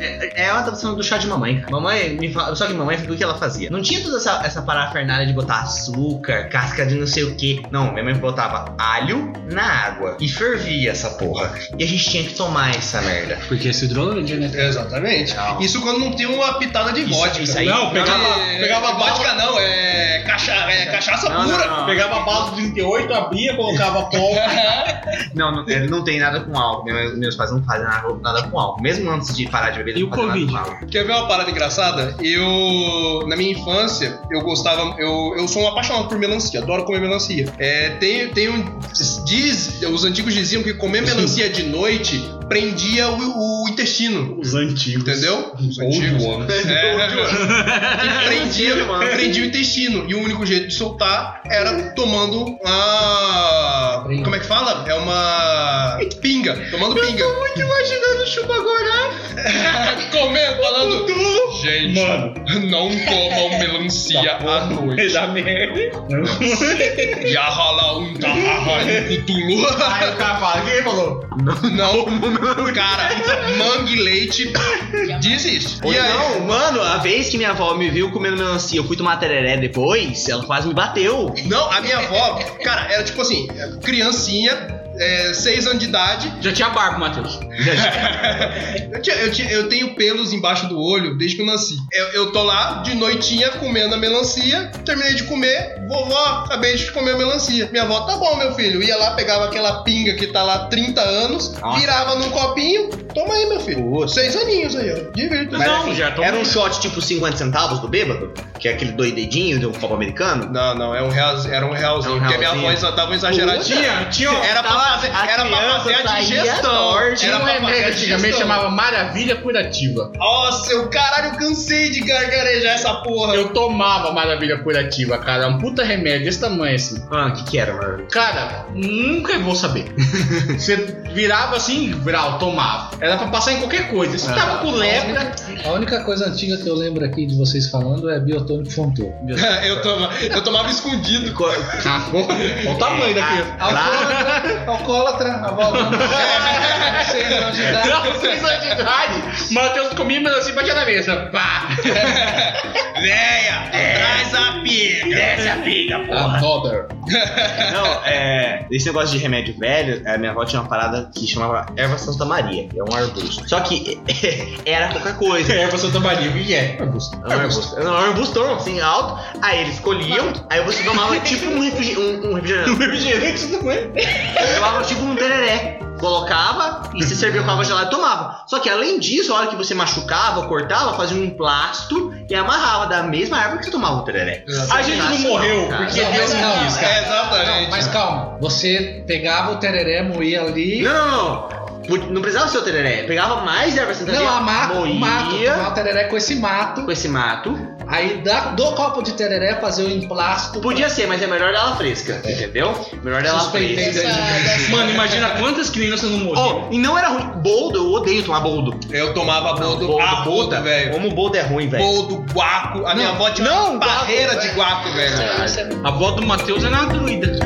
É, é uma adaptação do chá de mamãe, cara. Mamãe me fala, só que mamãe sabia o que ela fazia. Não tinha toda essa, essa parafernália de botar açúcar, casca de não sei o que. Não, minha mãe botava alho na água e fervia essa porra. E a gente tinha que tomar essa merda. Porque é cidrolândia, né? Exatamente. Não. Isso quando não tem uma pitada de Isso- vodka. isso aí- não, pegava, É- pegava vodka, não, é, cacha, é cachaça Não, pura. não, não. Pegava bala do 38, abria, colocava pólvora. Não, não, é, não tem nada com álcool. Meus, meus pais não fazem nada, nada com álcool. Mesmo antes de parar de beber, eles E não o fazem nada Covid? com álcool. Quer ver uma parada engraçada? Eu, na minha infância, eu gostava, eu, eu sou um apaixonado por melancia, adoro comer melancia. É, tem, tem um, diz, os antigos diziam que comer melancia de noite prendia o, o intestino, Os antigos. entendeu? Os antigos. É, que prendia, Mano. prendia o intestino. E o único jeito de soltar era tomando uma. Como é que fala? É uma. Pinga. Tomando pinga. Eu tô muito imaginando o chupa Comendo, falando. Gente, Mano. não comam melancia à noite. Da merda. Já rola um tarra no cutulo. Aí o cara fala, o que ele falou? Não, cara, mangue leite desiste. Ou E aí? não, mano, a vez que minha avó me viu comendo melancia, eu fui tomar tereré depois, ela quase me bateu. Não, a minha avó, cara, era tipo assim, criancinha, 6 anos de idade. Já tinha barco, Matheus. Eu, tinha- eu tinha- eu tenho pelos embaixo do olho desde que eu nasci. Eu, eu tô lá de noitinha comendo a melancia, terminei de comer, vovó, acabei de comer a melancia. Minha avó, tá bom, meu filho. Ia lá, pegava aquela pinga que tá lá há 30 anos, Nossa. virava num copinho, toma aí, meu filho. Seis aninhos aí, ó. Divirta. Mas, Não, assim, já tô- Era um shot tipo 50 centavos do bêbado, que é aquele doidedinho de um copo americano. Não, não, é um real, era um realzinho, É um porque minha realzinho. voz tava exageradinha. Tinha, tinha. ó, Era pra Tava- fazer, a era pra criança fazer a saía digestão. torta. Era Tinha um pra fazer remédio a que antigamente digestão. chamava Maravilha Curativa. Nossa, eu caralho, eu cansei de gargarejar essa porra. Eu tomava Maravilha Curativa, cara. Um puta remédio desse tamanho assim. Ah, o que que era, mano? Cara, nunca vou saber. Você virava assim, viral, tomava. Era pra passar em qualquer coisa. Você tava com lepra. A única coisa antiga que eu lembro aqui de vocês falando é biotônico fontou. eu, toma, eu tomava escondido. Co- Olha o tamanho daqui. Lá, Alcoólatra, avó. Seis ah, anos de idade. Não, seis anos de idade. Matheus comia melancia e batia na mesa. Pá! Véia, traz a pica. É. desce a pica, porra. Another. Ah, Não, é. Esse negócio de remédio velho, a minha avó tinha uma parada que chamava erva Santa Maria, que é um arbusto. Só que era pouca coisa. Erva Santa Maria, o que é? É um arbusto. Era um arbustão, assim, alto. Aí eles colhiam, aí você tomava tipo um, refrigerante. um, um refrigerante. Um refrigerante Tomava tipo um tereré. Colocava e se servia com água gelada e tomava. Só que além disso, a hora que você machucava ou cortava, fazia um emplasto e amarrava da mesma árvore que você tomava o tereré. A gente não morreu, Cara. porque Não, Deus mas não não. quis, cara. É, exatamente. Não, mas calma. Você pegava o tereré, moía ali. Não, não, não. Put- Não precisava ser o tereré. Pegava mais erva Não, centenária. a mata, o Ah, mato. moía Tomava o tereré com esse mato. com esse mato. Aí dá, do copo de tereré fazer o emplasto. Podia ser, mas é melhor dela fresca, entendeu? Melhor dela Suspeitei fresca. Mano, imagina quantas crianças não morreram. Oh, e não era ruim. Boldo, eu odeio tomar boldo. Eu tomava Ah, boldo, a boldo, velho. Como boldo é ruim, velho. Boldo, guaco. A minha avó tinha uma barreira de guaco, velho. É, A avó do Matheus é uma druida.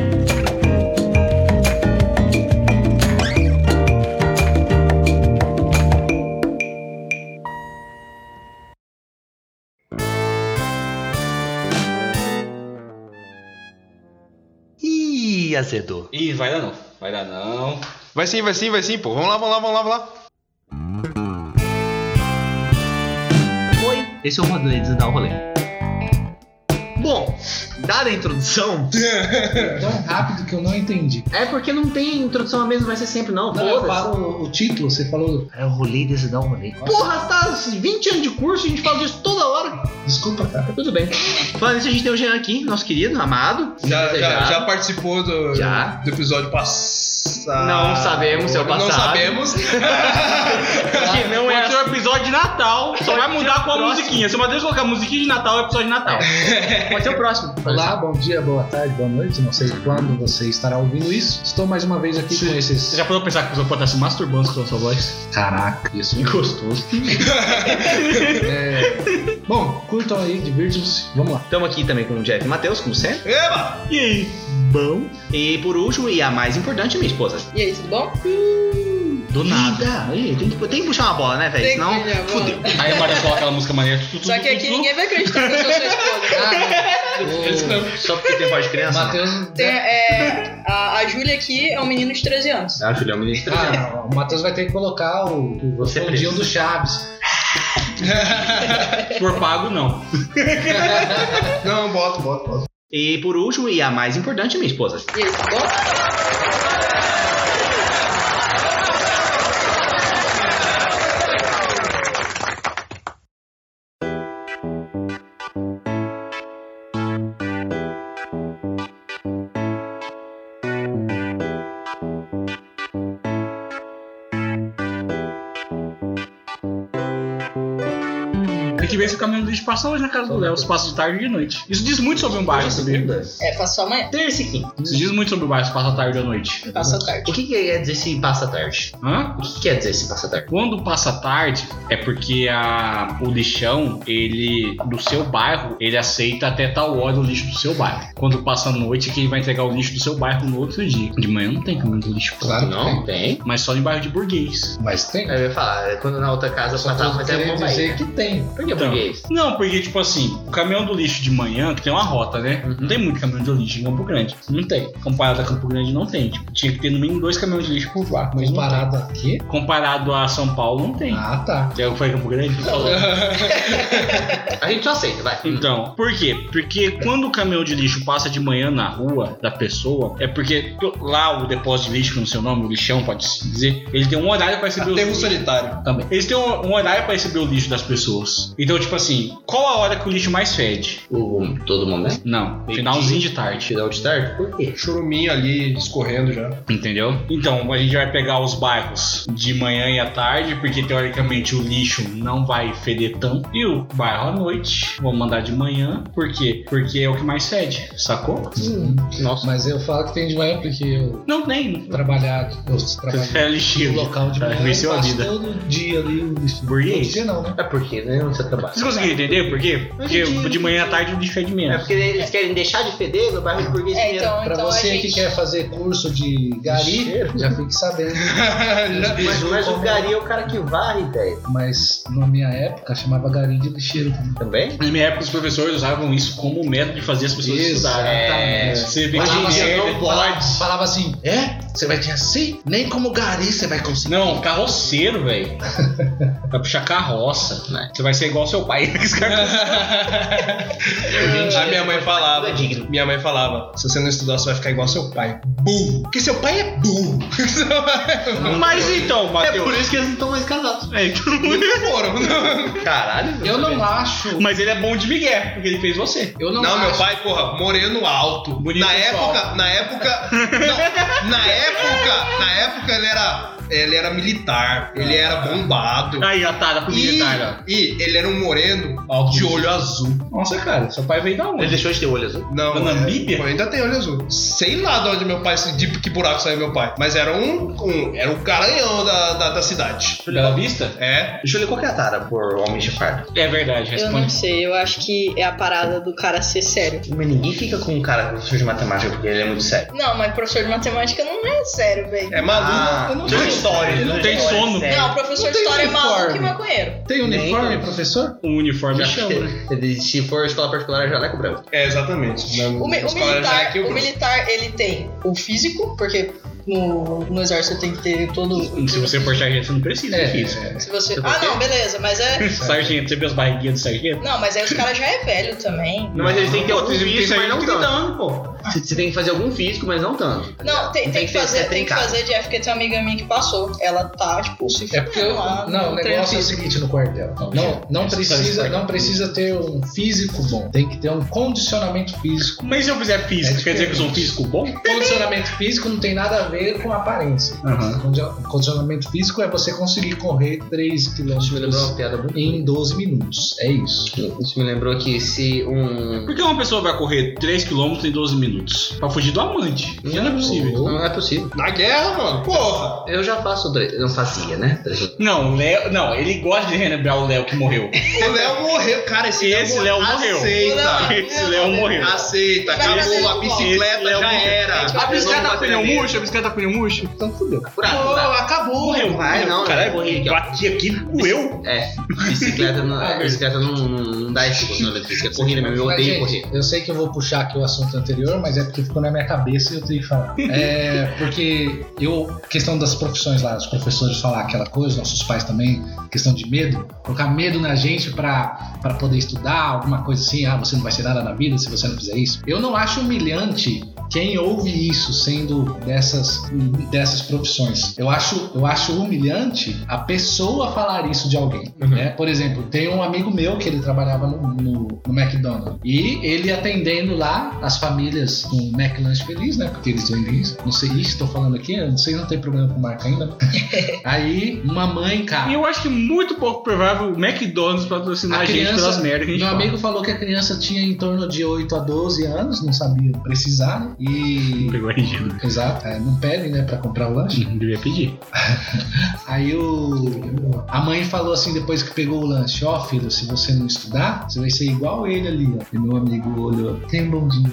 Ih, azedou. Ih, vai dar não. Vai dar não. Vai sim, vai sim, vai sim, pô. Vamos lá, vamos lá, vamos lá, vamos lá. Oi, esse é o Rodolê de dar o rolê. Bom, dada a introdução, É Tão rápido que eu não entendi. é porque não tem introdução a mesmo, vai ser sempre não. Não, eu Foda-se. falo o título, você falou. É o rolê de dar o rolê. Porra, tá 20 anos de curso, a gente fala disso toda hora. Desculpa, cara. Tudo bem. Falando isso, a gente tem o Jean aqui, nosso querido, amado. Já, já, desejado. já participou do, Já. do episódio passado. Não sabemos se é o Não passado. sabemos. Que não é o episódio de Natal. Só vai mudar com a assim. Próximo. musiquinha. Se o Matheus colocar musiquinha de Natal, é episódio de Natal. Pode ser o próximo. Olá, bom dia, boa tarde, boa noite. Não sei quando você estará ouvindo isso. Estou mais uma vez aqui com esses. Você já parou pra pensar que a pessoa pode estar se masturbando escutando sua voz? Caraca, isso me Gostoso. É... Bom, curtam aí, divirtam-se. Vamos lá. Estamos aqui também com o Jeff e Matheus, como sempre. Eba! E aí? Bom? E por último, e a mais importante, minha esposa. E aí, tudo bom? Do nada. Aí, tem, que, tem que puxar uma bola, né, velho? Tem que Senão, puxar a bola. fudeu. Aí o Mario coloca aquela música maneira. Só que aqui ninguém vai acreditar que eu sou sua esposa. Só porque tem voz de O né? criança. Matheus. Tem, é, a, a Júlia aqui é um menino de 13 anos. Ah, filho, é um menino Ah, o Matheus vai ter que colocar o, o Você é fundinho preso. do Chaves. Se for pago, não. Não, bota, bota, bota. E por último, e a mais importante, minha esposa. E aí, tá bom? Tem que ver se o caminhão de espaço hoje na casa do Léo. Se passa de tarde e de noite. Isso diz muito sobre um bairro, sabia? É, passou amanhã. Terça e quinta. Isso diz muito sobre o bairro se passa à tarde ou à noite. Passa a tarde. O que, que quer dizer se passa a tarde? Hã? O que, que quer dizer se passa a tarde? Quando passa a tarde, é porque a, o lixão, ele, do seu bairro, ele aceita até tal hora o lixo do seu bairro. Quando passa a noite, quem vai entregar o lixo do seu bairro no outro dia. De manhã não tem muito lixo. né? Claro que Não, tem. Mas só em bairro de burguês. tem. Mas tem. Aí eu ia falar, é quando na outra casa eu Só tô passava, mas é querendo bom dizer Bahia. que tem. Por que Então. burguês? Não, porque, tipo assim, o caminhão do lixo de manhã, que tem uma rota, né? Uhum. Não tem muito caminhão de lixo em Campo Grande. Não tem. Comparado a Campo Grande, não tem. Tipo, tinha que ter no mínimo dois caminhões de lixo por lá. Mas não tem. Comparado aqui. Comparado a São Paulo, não tem. Ah, tá. Já foi Campo Grande? A gente só aceita, vai. Então, por quê? Porque quando o caminhão de lixo passa de manhã na rua da pessoa, é porque to- lá o depósito de lixo, que eu não sei o nome, o lixão, pode-se dizer, ele tem um horário para receber Aterro os sanitário. também. Eles têm um, um horário para receber o lixo das pessoas. Então, tipo assim, qual a hora que o lixo mais fede? O, um, todo momento? Não, finalzinho de tarde, Final de tarde? Por quê? Choruminho ali, escorrendo já. entendeu? Então, a gente vai pegar os bairros de manhã e à tarde, porque teoricamente o lixo não vai feder tanto. E o bairro à noite, vou mandar de manhã, por quê? Porque é o que mais fede, sacou? Nossa. Hum. Mas eu falo que tem de manhã porque eu Não tem. trabalhar. Eu trabalho É no lixeiro. um local de Tá, manhã. venceu eu a passo vida. todo dia ali. um o lixo. Todo Burguês. dia não, né? É porque, né? Onde você trabalha? Vocês conseguiram entender por quê? Porque de manhã à tarde o lixo é de É menos. porque eles querem deixar de feder no bairro de burguês É, primeiro. então, Pra então você a gente... que quer fazer curso de gari, Cheiro. já fique sabendo. Já- Mas, mas o gari é o cara que varre, velho. Mas na minha época chamava gari de lixeiro também. Também? Na minha época, os professores usavam isso como um método de fazer as pessoas né? estudarem. Exatamente. Você vê Falava que assim, merda. não pode. Falava assim, é? Você vai ter assim? Nem como gari você vai conseguir. Não, carroceiro, velho. Vai puxar carroça, né? Você vai ser igual seu pai. né? A minha mãe falava. Não é digno. Minha mãe falava: se você não estudar, você vai ficar igual seu pai. Burro. Porque seu pai é burro. Mas então, é Matheus. por isso que eles não estão mais casados. É, que nunca foram. Não, Caralho, Eu não acho. Mas ele é bom de Miguel, porque ele fez você. Eu não, Não, acho. meu pai, porra, moreno alto. Bonito na pessoal. época, na época. Não, na época, na época ele era. Ele era militar, ele era bombado. Aí, tá, atada pro E, militar, e ele era um moreno Alto de bonito. olho azul. ó. Nossa, cara, seu pai veio da Ele onde? deixou de ter olho azul. Não, Da Namíbia? é, ainda tem olho azul. Sei lá de onde meu pai, de que buraco saiu meu pai. Mas era um, um- era um garanhão da, da, da cidade. Bela Vista? É, Deixa eu ler qual que é a tara por homem de fardo. É verdade, Eu não responde. sei, eu acho que é a parada do cara ser sério. Mas ninguém fica com um cara professor de matemática porque ele é muito sério. Não, mas professor de matemática não é sério, velho. é maluco. Ah, eu não tem sei. história, ele Tem história, sono. sério. Não, professor de Não tem história é maluco uniforme. e maconheiro. Tem uniforme, professor? Um uniforme Já- chama. Ele- Se for escola particular, já leco branco. É, exatamente. Na- O, mi- na o escola era militar, aqui, é eu- o militar, ele tem o físico, porque no, no exército tem que ter todo... Se você for sargento, você não precisa É, disso. Se você... Ah, não, beleza, mas é... Sargento, você vê as barriguinhas do sargento? Não, mas aí os caras já é velho também. Não, mas eles têm que ter Pô, algum tem físico, mas sargento não que tem tanto. dano, pô. Você você tem que fazer algum físico, mas não tanto. tá Não, ligado? tem, tem que ser fazer, tem que trincado. fazer, Jeff, porque tem uma amiga minha que passou. Ela tá, tipo, se É porque fudendo eu, lá no não, o treino negócio é o físico. seguinte no quartel. Não, não precisa, não precisa ter um físico bom. Tem que ter um condicionamento físico. Mas se eu fizer física, É quer dizer que eu sou um diferente. físico bom? Condicionamento físico não tem nada a ver com aparência. Aham. Condi- Condicionamento físico é você conseguir correr 3 Isso me lembrou uma km piada muito. em 12 minutos. É isso. Isso me lembrou que se um. Por que uma pessoa vai correr 3km em 12 minutos? Pra fugir do amante. Já não é possível. Não é possível. Na guerra, mano. Porra. Eu já faço. tre- Não fazia, né? tre- Não, o Léo. Não, ele gosta de relembrar o Léo que morreu. O Léo morreu. Cara, esse, Esse Léo morreu. Aceita. Esse Léo morreu. Aceita. Vai pra Acabou. dentro A do bicicleta Léo já morreu. era. A bicicleta pneu murcho, a bicicleta tá com o murcho? Então fudeu. Furado, Pô, furado. acabou. Não vai, não. Caralho, é corrida aqui, ó. Bati aqui, doeu. É, bicicleta não, é, bicicleta não, não, não dá escudo na bicicleta. É corrida mesmo, eu Mas, odeio gente, correr. Eu sei que eu vou puxar aqui o assunto anterior, mas é porque ficou na minha cabeça e eu tenho que falar. É, porque eu, questão das profissões lá, os professores falar aquela coisa, nossos pais também, questão de medo, colocar medo na gente pra, pra poder estudar, alguma coisa assim, ah, você não vai ser nada na vida se você não fizer isso. Eu não acho humilhante quem ouve isso sendo dessas, dessas profissões. Eu acho, eu acho humilhante a pessoa falar isso de alguém. né? Por exemplo, tem um amigo meu que ele trabalhava no, no- no McDonald's e ele atendendo lá as famílias com McLanche Feliz, né? Porque eles vendem isso. Não sei, isso estou falando aqui, eu não sei, não tem problema com marca ainda. Aí, uma mãe, cara. E eu acho que muito pouco provável o McDonald's patrocinar A a, gente criança- pelas merdas que a gente Meu fala. amigo falou que a criança tinha em torno de 8 a 12 anos, não sabia precisar, né? E. Pegou RG, Exato, é, não pedem, né, pra comprar o lanche. não devia pedir. Aí o, a mãe falou assim, depois que pegou o lanche, ó filho, se você não estudar, você vai ser igual ele ali, ó. E meu amigo olhou, tem um bom dia.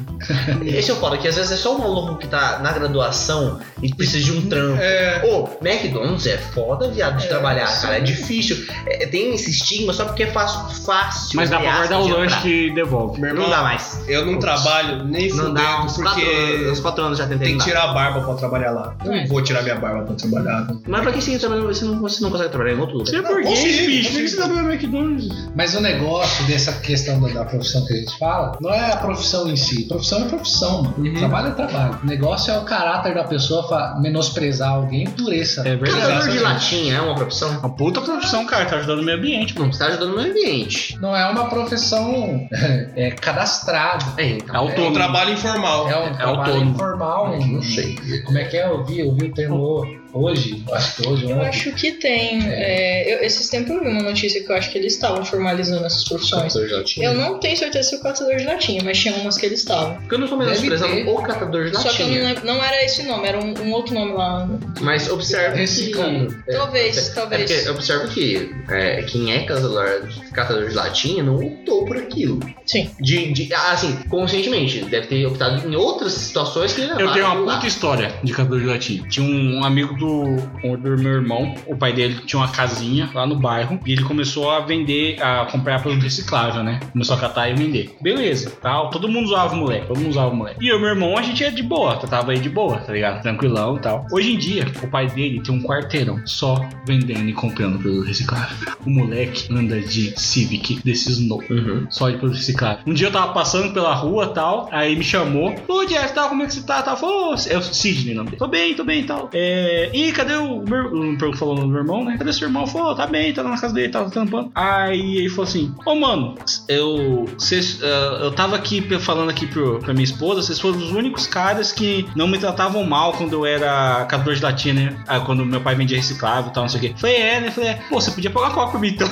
Esse eu falo que às vezes é só um maluco que tá na graduação e precisa de um trampo. É. Ô, McDonald's é foda, viado, de trabalhar, sim. cara. É difícil. É, tem esse estigma só porque é fácil. fácil Mas dá entre pra guardar o aspas, de lanche entrar. que devolve. Meu Não dá irmão, mais. eu não trabalho nem Não dá. fudendo Uns quatro, porque uns quatro anos já tentei. tem que não dá. tirar a barba pra trabalhar lá. Eu É. não vou tirar minha barba pra trabalhar. Mas pra que você, trabalha- você, não, você não consegue trabalhar em outro lugar? Você é burguês, consigo, bicho. Por consigo. que você tá no McDonald's? Mas o negócio dessa questão da, da profissão que a gente fala, não é a profissão em si. Profissão é profissão, mano. Uhum. Trabalho é trabalho. O negócio é o caráter da pessoa fa- menosprezar alguém, dureza. É Catador de verdade. latinha é uma profissão? Uma puta profissão, cara. Tá ajudando o meio ambiente. Não, você tá ajudando o meio ambiente. Não é uma profissão é, cadastrada. É, então. É É um autônomo. trabalho informal. É um trabalho autônomo. informal. um- Não sei. Como é que é? Eu vi, eu vi o termo hoje, acho que hoje, Eu ontem. acho que tem. é, eu- esses tempos eu vi uma notícia que eu acho que eles estavam formalizando essas profissões. Catador de latinha. Eu não tenho certeza se o catador de latinha, mas tinha umas que eles estavam. Porque eu não tô Deve ter. menosprezando o catador de Só que eu não, latinha. lembro- não era esse nome, era um, um outro nome lá. Mas observa que- Reciclando. É, Talvez, É talvez. porque eu observo que é, quem é catador, catador de latinha não optou por aquilo. Sim. De, de- ah, assim, conscientemente. Deve ter optado em outras situações que Eu tenho uma levaram lá. puta história de catador de latim. Tinha um amigo do, um do meu irmão, o pai dele tinha uma casinha lá no bairro e ele começou a vender, a comprar produto reciclável, né? Começou a catar e vender. Beleza, tal. Todo mundo usava o moleque, todo mundo usava o moleque. E eu e meu irmão, a gente é de boa, tava aí de boa, tá ligado? Tranquilão e tal. Hoje em dia, o pai dele tem um quarteirão só vendendo e comprando produto reciclável. O moleque anda de Civic desses novos Uhum. só de produto reciclável. Um dia eu tava passando pela rua tal, aí me chamou. Ô, Jeff, tal, como é que você tá? Tal, falou, "Ô, é o Sidney, o nome dele. Tô bem, tô bem tal. É, e cadê o meu um, perguntou- falou do meu irmão, né? Cadê seu irmão? Falou, "Ô, tá bem, tá na casa dele, tá tampando. Aí ele falou assim: Ô, mano, eu, cês, ah, eu tava aqui pe- falando aqui pro, pra minha esposa, vocês foram os únicos caras que não me tratavam mal quando eu era catador de latinha, né? Ah, quando meu pai vendia reciclável e tal, não sei o quê. Falei, é, né? Falei, é. pô, você podia pagar uma coca pra mim então.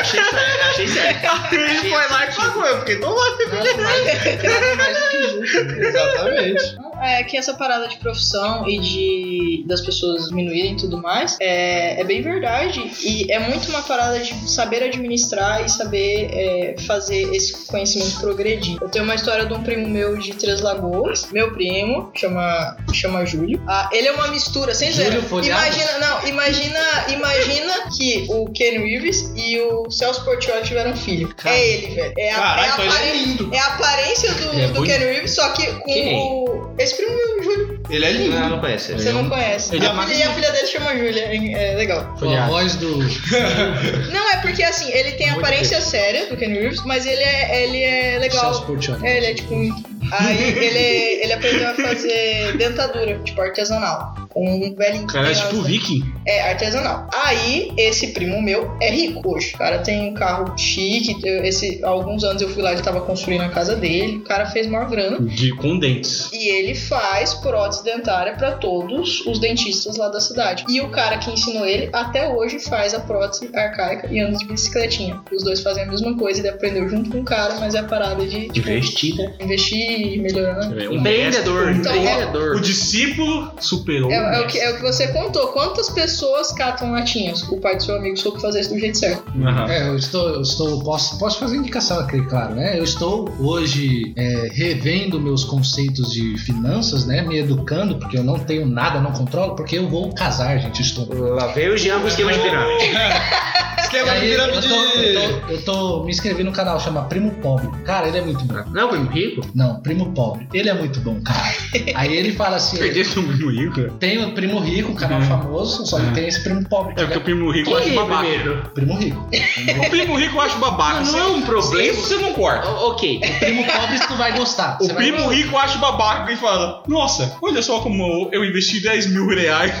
Achei certo. Achei certo. Ele foi lá e pagou, eu fiquei tomando. Exatamente. É que essa parada de profissão e de das pessoas diminuírem e tudo mais é, é bem verdade. E é muito uma parada de saber administrar e saber é, fazer esse conhecimento progredir. Eu tenho uma história de um primo meu de Três Lagoas, meu primo, chama, chama Júlio. Ah, ele é uma mistura, sem Júlio zoeira. Folhado? Imagina, não, imagina, imagina que o Ken Reeves e o Celso Portiolli tiveram um filho. É ele, velho. É a, é a Caralho, então ele aparência- é lindo. é a aparência do, É do bonito. Ken Reeves, só que com Quem? o. Esse primo meu, Júlio, Ele é lindo. Não, não conheço. você não conhece. ele é a filha, e a filha dele chama Júlia, hein? é legal. Com a voz do. Não, é porque assim, ele tem a Muito aparência séria do Ken Reeves, mas ele é, ele é Celso legal. Portiolli. É, ele é tipo. um- Aí ele, ele aprendeu a fazer dentadura, tipo artesanal. Com um velhinho. Cara, é que tem tipo lá, viking. É, artesanal. Aí, esse primo meu é rico hoje. O cara tem um carro chique. eu- Esse, há alguns anos eu fui lá, ele tava construindo a casa dele. O cara fez maior grana. De, com dentes. E ele faz prótese dentária pra todos os dentistas lá da cidade. E o cara que ensinou ele até hoje faz a prótese arcaica e anda de bicicletinha. Os dois fazem a mesma coisa, ele aprendeu junto com o cara, mas é a parada de tipo, Investida. investir e melhorando. Um É Empreendedor. Então, Empreendedor. O discípulo superou É é o que, é o que você contou. Quantas pessoas catam latinhas? O pai do seu amigo soube fazer isso do jeito certo. É, eu estou, eu estou posso, posso fazer indicação aqui, claro, né? Eu estou hoje é, revendo meus conceitos de finanças, né? Me educando, porque eu não tenho nada, não controlo, porque eu vou casar, gente. Eu estou. Lá veio o Jean com o esquema de pirâmide. É E Esquema de aí, eu, pirâmide. tô, eu, tô, eu tô me inscrevendo no canal, chama Primo Pobre. Cara, ele é muito bom. Não é o primo rico? Não, Primo Pobre. Ele é muito bom, cara. Aí ele fala assim: Perder seu primo rico? tem o Primo Rico, canal famoso, só que tem esse Primo Pobre. Uhum. É Que porque o primo rico eu acho Quem é babaca. primeiro? Primo Rico. O primo rico eu acho babaca. Não é um problema. Isso você não corta. O- Ok. Primo Pobre, tu vai gostar. O Você vai primo rico acha babaca e fala: Nossa, olha só como eu investi 10 mil reais.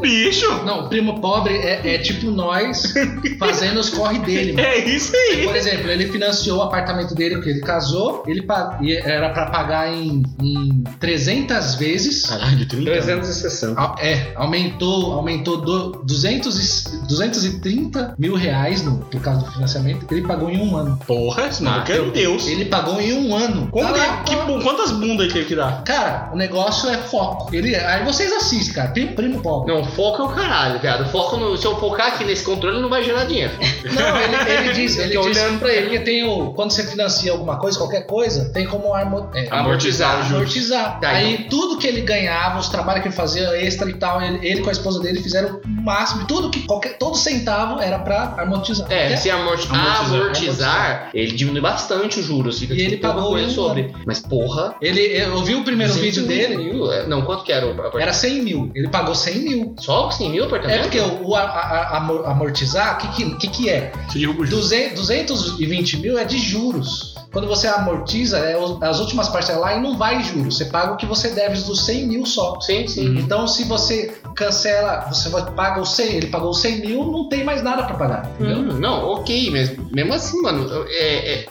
Bicho, Não, o primo pobre é, é tipo nós fazendo os corre dele, mano. é isso aí. Por exemplo, ele financiou o apartamento dele porque ele casou, ele pa- e era pra pagar em, em 300 vezes. Caralho, 360. A- É, aumentou, aumentou do, 200 e, 230 mil reais no, por causa do financiamento. Ele pagou em um ano. Porra, isso não, é Ah, quero Deus. Ele pagou em um ano. Como é? Tá que- lá, que tá lá. bu- quantas bundas ele teve que dar? Cara, o negócio é foco. Ele, aí vocês assistem, cara. Primo, primo pobre. Não, foco é o caralho, viado. Foco no. Se eu focar aqui nesse controle, não vai gerar dinheiro. Não, ele, ele diz, ele Eu tô diz é olhando pra ele. porque tem o, quando você financia alguma coisa, qualquer coisa, tem como armo, é, Amortizar. amortizar. Tá, Aí tudo que ele ganhava, os trabalhos que ele fazia extra e tal, ele, ele com a esposa dele fizeram o máximo, tudo que qualquer, todo centavo era pra amortizar. É, Até- se amortizar, Amortizar. amortizar, ele diminui bastante os juros. Fica E tipo, ele pouca pagou coisa em um sobre. Mas porra. Ele, eu vi o primeiro 100 vídeo dele, mil, é, não, quanto que era o apartamento? era 100 mil, ele pagou 100 mil. Só os 100 mil o É apartamento? porque o, o a- a- a- amor- amortizar, o que que, que que é? Você derruba o juros. 200, 220 mil é de juros. Quando você amortiza, é o- as últimas parcelas lá e não vai juros. Você paga o que você deve dos 100 mil só. Sim, sim. Então, se você cancela, você vai- paga os 100, ele pagou os 100 mil, não tem mais nada pra pagar. Entendeu? Hum, não, ok, mas mesmo assim, mano, é, é-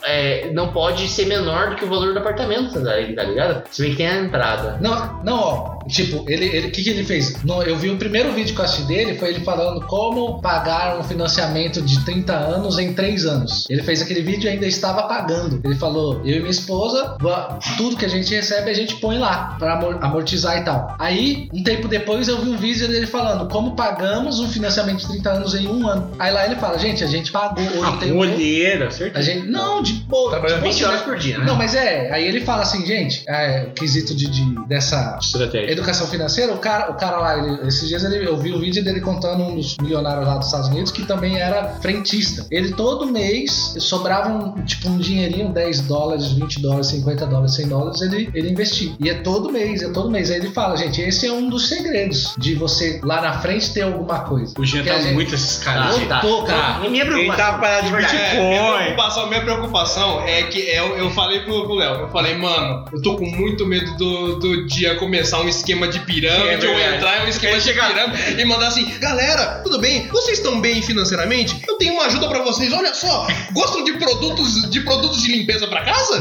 é, não pode ser menor do que o valor do apartamento, tá tá ligado? Se bem que tem a entrada. Não, não, ó. Tipo, ele, ele, o que, que ele fez? No- eu vi o primeiro vídeo que eu assisti dele, foi ele falando como pagar um financiamento de 30 anos em 3 anos. Ele fez aquele vídeo e ainda estava pagando. Ele falou: eu e minha esposa, va- tudo que a gente recebe a gente põe lá pra amor- amortizar e tal. Aí, um tempo depois, eu vi um vídeo dele falando como pagamos um financiamento de 30 anos em um ano. Aí lá ele fala: gente, a gente pagou. Hoje Ah, tem um- olheira, certo? a gente, não, de boa. Trabalhando de boa, 20 horas por dia, né? Não, mas é, aí ele fala assim, gente, é, o quesito de, de- dessa Estratégia. educação financeira, o cara, o cara lá, ele- esses dias ele- eu vi o vídeo dele contando um dos milionários lá dos Estados Unidos que também era frentista. Ele todo mês sobrava um, tipo um dinheirinho, 10 dólares, 20 dólares, 50 dólares, 100 dólares, ele, ele investia. E é todo mês, é todo mês. Aí ele fala, gente, esse é um dos segredos de você lá na frente ter alguma coisa. O Jean Porque a tá gente- muito esses caras. Eu Ah, tá. tô, cara. E minha Ele preocupação. tá parado de É, minha Bitcoin. preocupação, minha preocupação é que eu, eu falei pro pro Léo, eu falei, mano, eu tô com muito medo do, do dia começar um esquema de pirâmide É ou verdade. entrar em um esquema de pirâmide e mandar assim, galera, tudo bem? Vocês estão bem financeiramente? Eu tenho uma ajuda pra vocês, olha só, gostam de produtos de produtos de limpeza pra casa?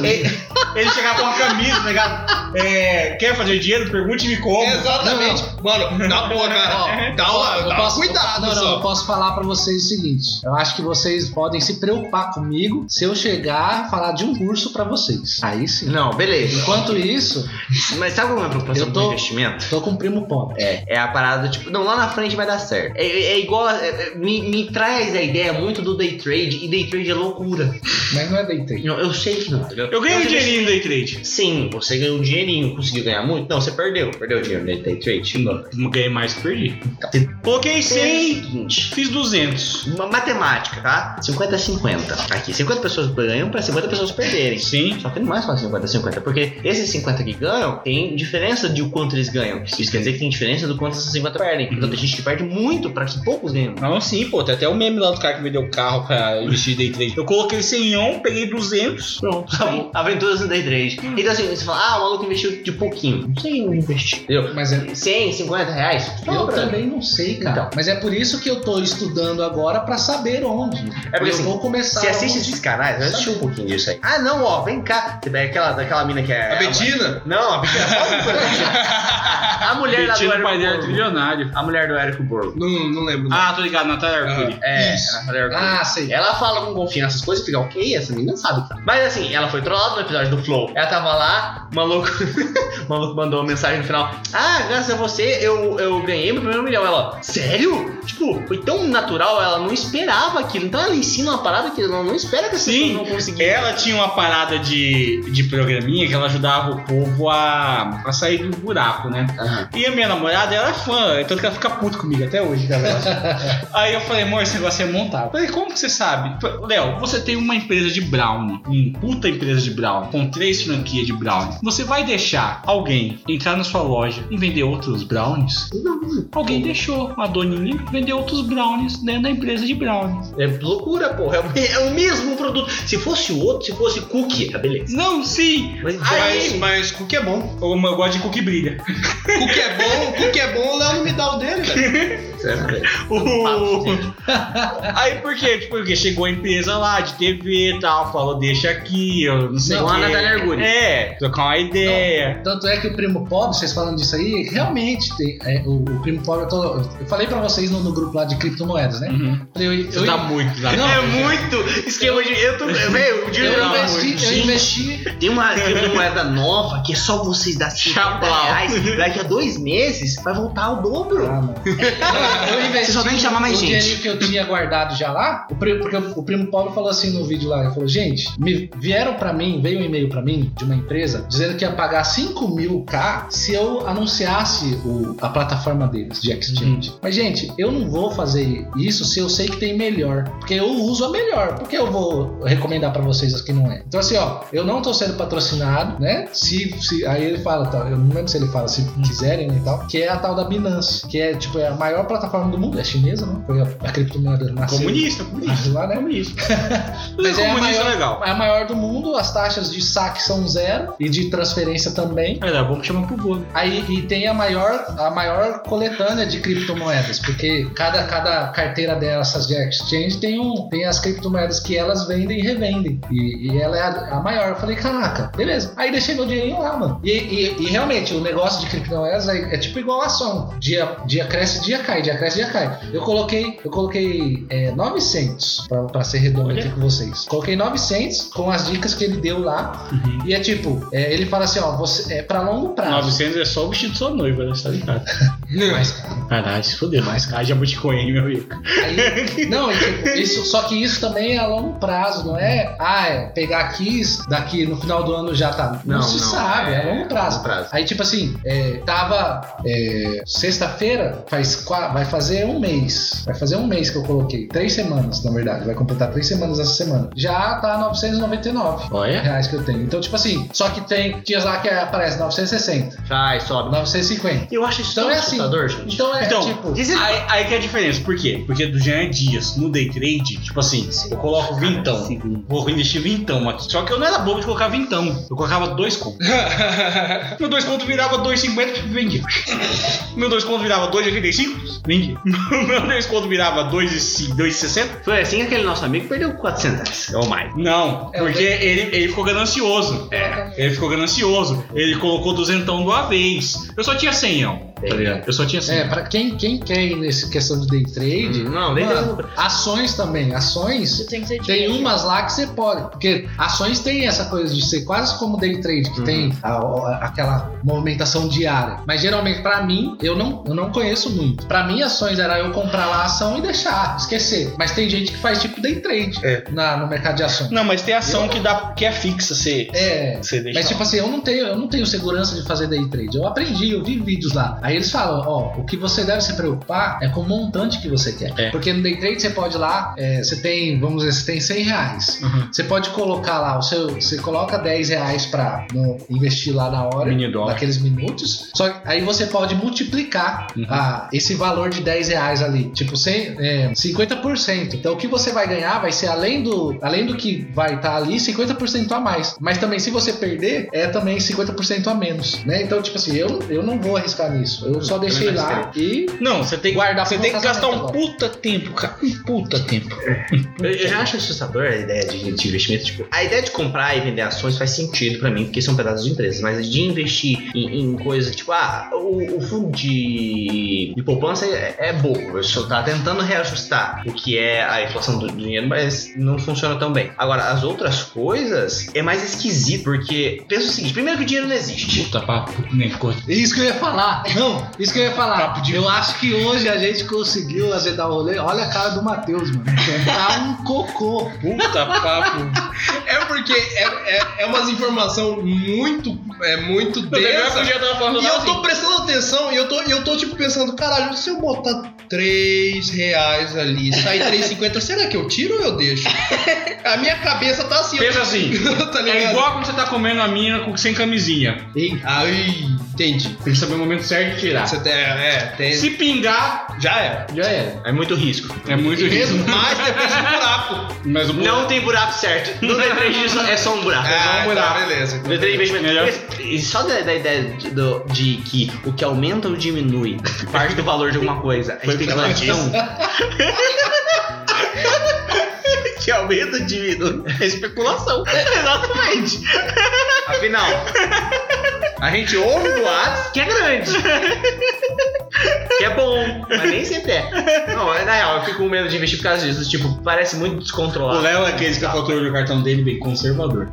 Ele chegar com uma camisa, tá ligado? É, quer fazer dinheiro? Pergunte-me como. Exatamente. Mano, na boa, Tá. É. cara. Ó, Dá uma, eu dá posso- cuidado, não, não, só. eu posso falar pra vocês o seguinte. Eu acho que vocês podem se preocupar comigo se eu chegar a falar de um curso pra vocês. Aí sim. Não, beleza. Enquanto isso, Mas sabe qual é a minha preocupação Eu com tô- investimento? tô com um primo pobre. É a parada, tipo, não, lá na frente vai dar certo. É, é igual. é- é- me, me traz a ideia muito do day trade, e day trade é loucura. Mas não é deitei. Não, eu sei que não. Eu ganhei um Você- dinheirinho do day trade. Sim, você ganhou um dinheirinho, conseguiu ganhar muito? Não, você perdeu. Perdeu dinheiro no day trade. Não Ganhei mais que perdi. Coloquei Sei. 100, Seguinte. fiz 200. Uma matemática, tá? 50 a 50. Aqui, 50 pessoas ganham pra 50 pessoas perderem. Sim. Só que não é mais fala 50 a 50, porque esses 50 que ganham tem diferença de o quanto eles ganham. Isso quer dizer que tem diferença do quanto esses 50 perdem. Então tem gente que perde muito pra que poucos ganham. Não, sim, pô. Tem até o meme lá do cara que vendeu o carro pra investir day trade. Eu coloquei 100 on, peguei 200. Pronto, acabou. Aventuras no Day Trade. Então assim, você fala, ah, o maluco investiu de pouquinho. Não sei eu investir. Entendeu? Mas é, 100, 50 reais? eu Sobra. também não sei, cara. Então. Mas é por isso que eu tô estudando agora pra saber onde. É porque eu assim, vou começar. Você tá assiste onde- esses canais, vai assistir um pouquinho disso aí. Ah, não, ó, vem cá. Você pega aquela, aquela mina que é. A Betina? Não, a Betina. A mulher lá do Betina, o pai dela é Érico Borgo. trilionário. A mulher do Érico Borgo. Não, não lembro. Ah, tô ligado, Natália Arcuri. É, a Natália Arcuri. Ah, sei. Ela fala com confiança as coisas e fica, ok, essa menina sabe. o que tá." Mas assim, ela foi trollada no episódio do Flow. Ela tava lá, o maluco, o maluco mandou uma mensagem no final. Ah, graças a você eu, eu ganhei meu primeiro milhão. Ela, sério? Tipo, foi tão natural, ela não esperava aquilo. Então ela ensina uma parada que ela não espera que as Sim, pessoas não conseguiram. Ela tinha uma parada de, de programinha que ela ajudava o povo a, a sair do buraco, né? Aham. E a minha namorada era fã, tanto que ela fica puta comigo até hoje, galera. Aí eu falei, amor, esse negócio é montado. Falei, como que você sabe? Falei, Léo, você tem uma empresa de brownie, uma puta empresa de brownie, com três franquias de brownie. Você vai deixar alguém entrar na sua loja e vender outros brownies? Alguém deixou, uma doninha vender outros brownies dentro da empresa de brownie. É loucura, porra. É o, me- é o mesmo produto. Se fosse outro, se fosse cookie, ah, beleza. Não, sim! Mas, Mas, aí, mas cookie é bom. Eu eu gosto de cookie brilha. Cookie é bom, cookie é bom, o Léo não me dá o dele, velho. né, O- assim. Aí porque, tipo, porque chegou a empresa lá de TV e tal, falou, deixa aqui, eu não sei Não, o a quê." Natália Arcuri. É, trocar uma ideia. Tanto é que o primo pobre, vocês falando disso aí, realmente tem. é, o, o primo pobre, eu, tô- eu falei pra vocês no, no grupo lá de criptomoedas, né? Uhum. Falei, Eu, eu, Você tá muito na Não, é muito esquema de. Eu tô. Velho, o dinheiro eu não investi, eu investi. Tem uma criptomoeda nova que é só vocês dar 50 Chablau. reais. Daqui a dois meses vai voltar ao dobro. Ah, não. Eu investi Você só tem que chamar mais o gente. dinheirinho que eu tinha guardado já lá, o primo, porque o primo Paulo falou assim no vídeo lá, ele falou, gente, me vieram pra mim, veio um e-mail pra mim de uma empresa dizendo que ia pagar 5 mil K se eu anunciasse o- a plataforma deles, de Exchange. Uhum. Mas, gente, eu não vou fazer isso se eu sei que tem melhor, porque eu uso a melhor, porque eu vou recomendar pra vocês as que não é. Então, assim, ó, eu não tô sendo patrocinado, né? Se, se aí ele fala, tá, eu não lembro se ele fala, se quiserem e tal, que é a tal da Binance, que é, tipo, é a maior plataforma do mundo, é chinesa, né? Foi a, a criptomoeda nasceu- É Comunista, comunista. nasceu lá, né? Comunista. Mas Mas é a comunista maior- legal. É a maior do mundo, as taxas de saque são zero e de transferência também. Aí dá bom que chama pro bolo. Aí e tem a maior, a maior coletânea de criptomoedas, porque cada, cada carteira dessas de exchange tem, um, tem as criptomoedas que elas vendem e revendem. E, e ela é a, a maior. Eu falei, caraca, beleza. Aí deixei meu dinheirinho lá, mano. E, e- e realmente, o negócio de criptomoedas é, é tipo igual a ação. Dia, dia cresce, dia cai, dia cresce, dia cai. Eu coloquei, eu coloquei é, 900 pra, pra ser redondo aqui com vocês. Coloquei 900 com as dicas que ele deu lá. Uhum. E é tipo, é, ele fala assim, ó, você, é pra longo prazo. 900 é só o vestido de sua noiva, né? Você tá ligado? Mas, Caralho, se fodeu. Mas cara, já Bitcoin, meu amigo. Aí- não, e tipo, isso, só que isso também é a longo prazo, não é? Ah, é pegar aqui, daqui no final do ano já tá. Não, Não, se não, sabe, é, a longo prazo. prazo. Aí, tipo assim, é, tava é, sexta-feira, faz qua- vai fazer um mês. Vai fazer um mês que eu coloquei. Três semanas, na verdade. Vai completar três semanas essa semana. Já tá 999 Olha. reais que eu tenho. Então, tipo assim, só que tem dias lá que aparece 960, Vai, sobe. 950. Eu acho isso Então tão é assim. assustador, gente. Então é Então, tipo. Diz ele- Aí, aí que é a diferença, por quê? Porque do Jean Dias, no day trade, tipo assim, eu coloco Então, vintão, vou investir vintão aqui. Só que eu não era bobo de colocar vintão, eu colocava dois contos. Meu dois contos virava 2,50, vendia. Meu dois contos virava 2,85, vendia. Meu dois contos virava 2,5 2,60. Foi assim que aquele nosso amigo perdeu 400 reais. Ou mais. Não, É, porque eu- ele, ele ficou ganancioso. É, ele ficou ganancioso. Ele colocou duzentão de uma vez. Eu só tinha 100, ó. Tá ligado? Eu só tinha 100. É, pra quem, quem quer ir nessa questão de day trade, hum, Não, nem mano, ações também. Você Ações, tem que ter tem dinheiro. umas lá que você pode. Porque ações tem essa coisa de ser quase como day trade, que Uhum. tem a- a- aquela movimentação diária. Mas geralmente, pra mim, eu não, eu não conheço muito. Pra mim, ações era eu comprar lá a ação e deixar, esquecer. Mas tem gente que faz tipo day trade É. na, no mercado de ações. Não, mas tem ação que, dá, que é fixa, você, É, você deixa. mas tipo assim, eu não tenho, eu não tenho segurança de fazer day trade. Eu aprendi, eu vi vídeos lá. Aí eles falam, ó, o que você deve se preocupar é com o montante que você quer. É. Porque no day trade você pode ir lá, é, você tem, vamos dizer, você tem 100 reais. Uhum. Você pode colocar lá, o seu, você coloca 10 reais pra no- investir lá na hora, Mini dólar. naqueles minutos. Só que aí você pode multiplicar Uhum. a- esse valor de 10 reais ali, tipo 100, é, 50%. Então o que você vai ganhar vai ser além do, além do que vai estar ali, 50% a mais. Mas também se você perder, é também 50% a menos, né? Então, tipo assim, eu, eu não vou arriscar nisso. isso. Eu só deixei lá e Não, você tem, guardar você pro tem meu que gastar um casamento puta tempo, cara. Um puta tempo. Eu, eu já acho assustador a ideia de, de investimento. Tipo, a ideia de comprar e vender ações faz sentido pra mim, porque são pedaços de empresas. Mas de investir em, em coisa tipo, ah, o, o fundo de, de poupança é, é bobo. Eu só tá tentando reajustar o que é a inflação do dinheiro, mas não funciona tão bem. Agora, as outras coisas é mais esquisito, porque pensa o seguinte: primeiro que o dinheiro não existe. Puta papo, nem ficou. Isso que eu ia falar. Não, isso que eu ia falar. Eu acho que hoje a gente conseguiu agendar o rolê. Olha a cara do Matheus, mano. Tá um cocô. Puta papo. É porque é, é, é umas informação muito, é muito Não, melhor que densa. eu já tava falando E eu assim. tô prestando atenção e eu tô, e eu tô tipo pensando, caralho, se eu botar 3 reais ali, sai 3,50, será que eu tiro ou eu deixo? A minha cabeça tá assim, Pensa assim. tá É ligado? igual quando você tá comendo a mina com- sem camisinha. Aí, entendi. Tem que saber o momento certo de tirar. Você tem, é, tem. Se pingar, Já é. já era. É muito risco. É muito isso. Mesmo mais depois um do buraco. Mas o Não tem buraco certo. No D3 disso é só um buraco. Ah, um tá, buraco. beleza. Eu tenho investimento. Melhor. E só da, da ideia de, do- de que o que aumenta ou diminui parte do valor de alguma coisa é especulação. que aumenta ou diminui é especulação. Exatamente. Afinal, A gente ouve boatos que é grande. Que é bom, mas nem sempre é. Não, é- na real, eu fico com medo de investir por causa disso. Tipo, parece muito O descontrolado. Léo é aquele que tá faturando o cartão dele bem conservador.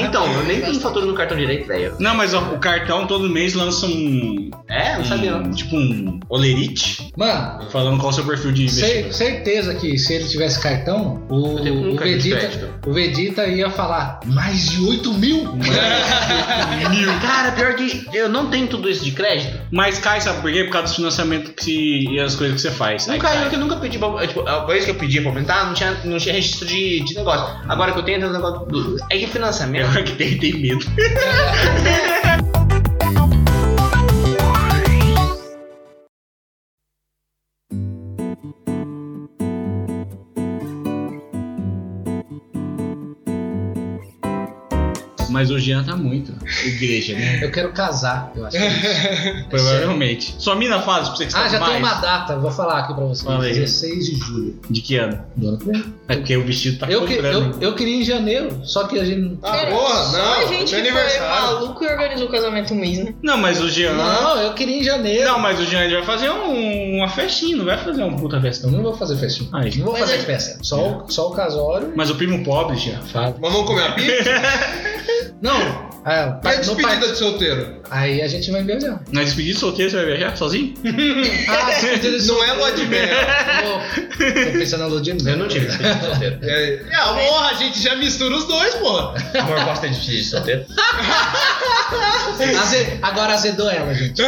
Então, eu nem tenho fatura no cartão direito, velho. Não, mas ó, o cartão todo mês lança um. É, não sabia. um tipo um olerite Mano, falando qual é o seu perfil de cer- investimento. certeza que se ele tivesse cartão, o, tenho um o cartão de Vegeta, crédito. o Vegeta ia falar mais de 8 mil. Cara, pior que eu não tenho tudo isso de crédito. Mas cai, sabe por quê? Por causa do financiamento que se- e as coisas que você faz. Aí Nunca, cai. eu que nunca pedi pra. Tipo, a vez que eu pedi pra aumentar, não tinha, não tinha registro de, de negócio. Agora que eu tenho, tem um negócio. Do, é que financiamento. Agora que tem, tem medo. Mas o Jean tá muito. Igreja, né? Eu quero casar, eu acho. Provavelmente. Sua É, mina fala isso pra você que Ah, sabe já mais. tem uma data, vou falar aqui pra vocês. Fala aí. 16 de julho De que ano? do ano que vem. É porque o vestido tá Eu, que- comprando. eu- eu queria em janeiro, só que a gente não. tá- Ah, porra, não. Só a gente meu que foi aniversário. maluco e organizou o casamento um mês, né? Não, mas o Jean. Não, Não, eu queria em janeiro. mas o Jean ele vai fazer um- uma festinha, não vai fazer uma puta festa. Eu não vou fazer festinha. Aí. Não vou Mas fazer eu- festa. Só, o- só o casório. Mas o primo pobre, Jean. Fala. Mas vamos comer a pizza? Não! É, o E a pai- no pai- despedida de solteiro? Aí a gente vai viajar. Na é despedida de solteiro você vai viajar sozinho? Ah, vocês Não é lua de mel. Tô pensando na lua de mel. Eu não tive despedida de solteiro. É, é, porra, a gente já mistura os dois, porra. Amor, posso ter despedida de solteiro? Aze- Agora azedou ela, gente.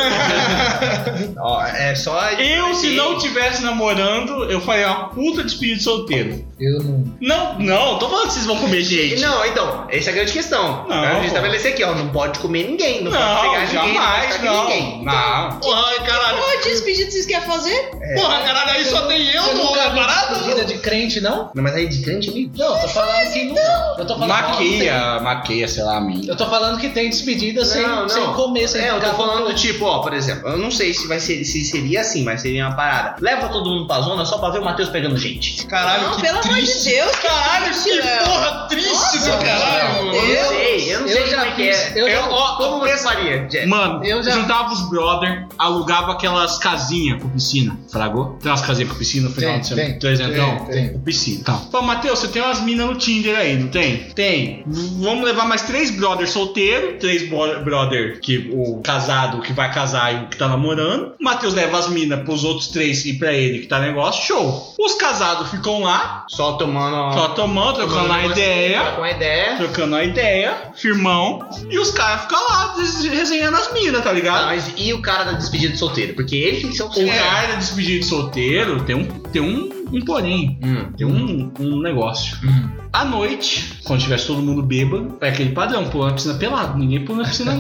Ó, é só. Eu, se não tivesse namorando, eu faria uma puta despedida de solteiro. Eu não. Não, não, tô falando que vocês vão comer gente. Não, então, essa é a grande questão. Não, a pô. gente estabelecer aqui, ó. Não pode comer ninguém, não, pode não pegar jamais, ninguém, não. Pode não. ficar com ninguém. Não. Porra, caralho. Pô, despedida vocês querem fazer? Porra, caralho, aí só tem eu Você no é nunca na viu parada? despedida de crente, não? Não, mas aí de grande amigo. Não, eu tô falando que não. Eu tô falando Maqueia, maqueia, sei lá, a que mim. não. Eu tô falando que tem despedida sem, Não, sem não. comer, sem É, eu tô ficar com- falando do tipo, ó, por exemplo, eu não sei se vai ser, se seria assim, mas seria uma parada. Leva todo mundo pra zona só pra ver o Matheus pegando gente. Caralho, não, que pelo amor de triste. Deus, Caralho, que que triste, porra triste do Nossa, caralho, Eu não. mano. não sei, eu não eu sei já como é que fiz- é. eu já- ó, como você faria, Jeff? Mano, Eu já- juntava os brother, alugava aquelas casinhas com piscina. Fragou? Tem umas casinhas com piscina no final Tem, do semana? tem, Trezentão? tem, tem. Com piscina. Tá. Pô, Matheus, você tem umas minas no Tinder aí, não tem? Tem. V- Vamos levar mais três brother solteiro, três bro- brother que o casado que vai casar e o que tá namorando. O Matheus leva as minas pros outros três e pra ele que tá negócio, show. Os casados ficam lá, Só tomando. tá? só tomando, trocando a ideia. Com a ideia. Trocando a ideia, firmão, e os caras ficam lá des- resenhando as minas, tá É. ligado? Ah, mas e o cara da despedida de solteiro? Porque ele tem que ser o O cara. cara de despedida de solteiro tem um, tem um, um porém, Hum. tem um, um negócio. À noite, quando tivesse todo mundo bêbado, é aquele padrão, pula na piscina pelado. Ninguém pula na piscina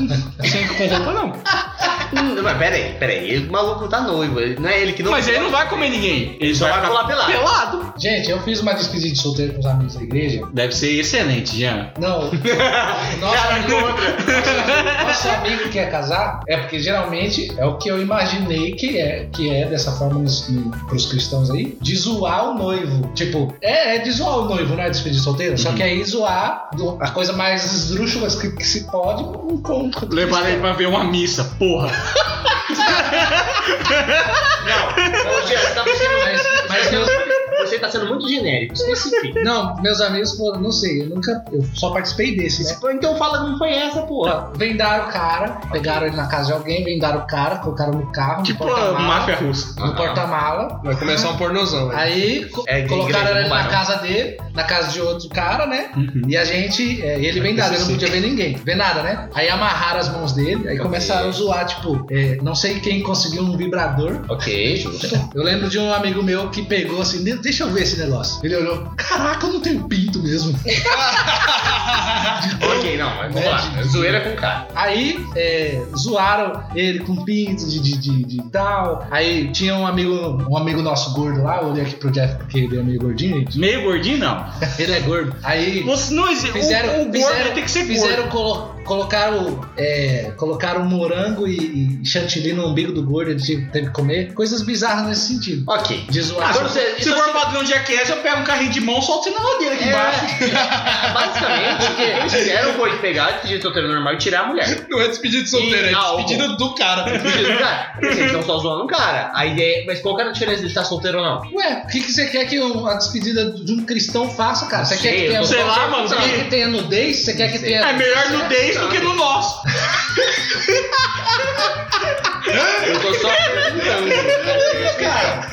sem, com roupa, não. Hum, mas peraí, peraí. O maluco tá noivo. ele- Não é ele que não. Mas ele não vai comer ninguém. Ele só Só vai vai ficar pular pelado. pelado. Gente, eu fiz uma despedida de solteiro com os amigos da igreja. Deve ser excelente, Jean. Não, nosso, Cara, amigo, contra. nosso amigo que quer casar é porque geralmente é o que eu imaginei que é, que é dessa forma nos, pros cristãos aí, de zoar o noivo. Tipo, é, é de zoar o noivo, não é despedida de solteiro? Só que aí zoar do- a coisa mais esdrúxula que, que se pode um com- com. com- Levar ele pra ver uma missa, porra. Ô, Jean, você tá sendo- Mas, mas meus, Você tá sendo muito genérico. Especifique. não, meus amigos foram, não sei, eu nunca. Eu só participei desse, né? Então fala como foi essa, Tá. porra. Vendaram o cara, pegaram ele na casa de alguém, vendaram o cara, colocaram no carro, Tipo no a porta-mala. máfia russa. No porta-mala. Vai começar um pornozão. velho. Aí co- É, colocaram igreja, ele na não. casa dele, na casa de outro cara, né? Uhum. E a gente, é, ele vendado, ele não podia ver ninguém, ver nada, né? Aí amarraram as mãos dele, aí começaram a zoar, tipo, é, não sei quem conseguiu um vibrador. Ok, justo. Eu lembro de um amigo meu que pegou assim, "De- deixa eu ver esse negócio. Ele olhou, caraca, eu não tenho pinto mesmo. Ok, não, mas vamos lá. Zoeira com cara. Aí é, zoaram ele com pinto de, de, de, de tal. Aí tinha um amigo, um amigo nosso gordo lá, eu olhei aqui pro Jeff porque ele é meio gordinho, gente. Meio gordinho, não. ele é gordo. Aí Você não existe. fizeram, o, o gordo fizeram, tem que ser gordo. fizeram colo- colocaram, é, colocaram morango e, e chantilly no umbigo do gordo, ele teve teve que comer. Coisas bizarras nesse sentido. Ok. De Ah, zoar. se for- se É. for padrão de aquece, eu pego um carrinho de mão e solto você na ladeira aqui embaixo. Basicamente, o que eles fizeram foi pegar, pedir solteiro normal e tirar a mulher. Não é despedida de solteiro, E é álcool. despedida do cara. Pedido, cara, eles estão só zoando o cara. A ideia é, mas qual que era a diferença de estar solteiro ou não? Ué, o que, que você quer que um- a despedida de um cristão faça, cara? Você Sei, quer que tenha, eu sei lá, mano, Você quer que- que tenha nudez? Você quer que tenha. É melhor no deles do que no nosso. Eu tô só Cara,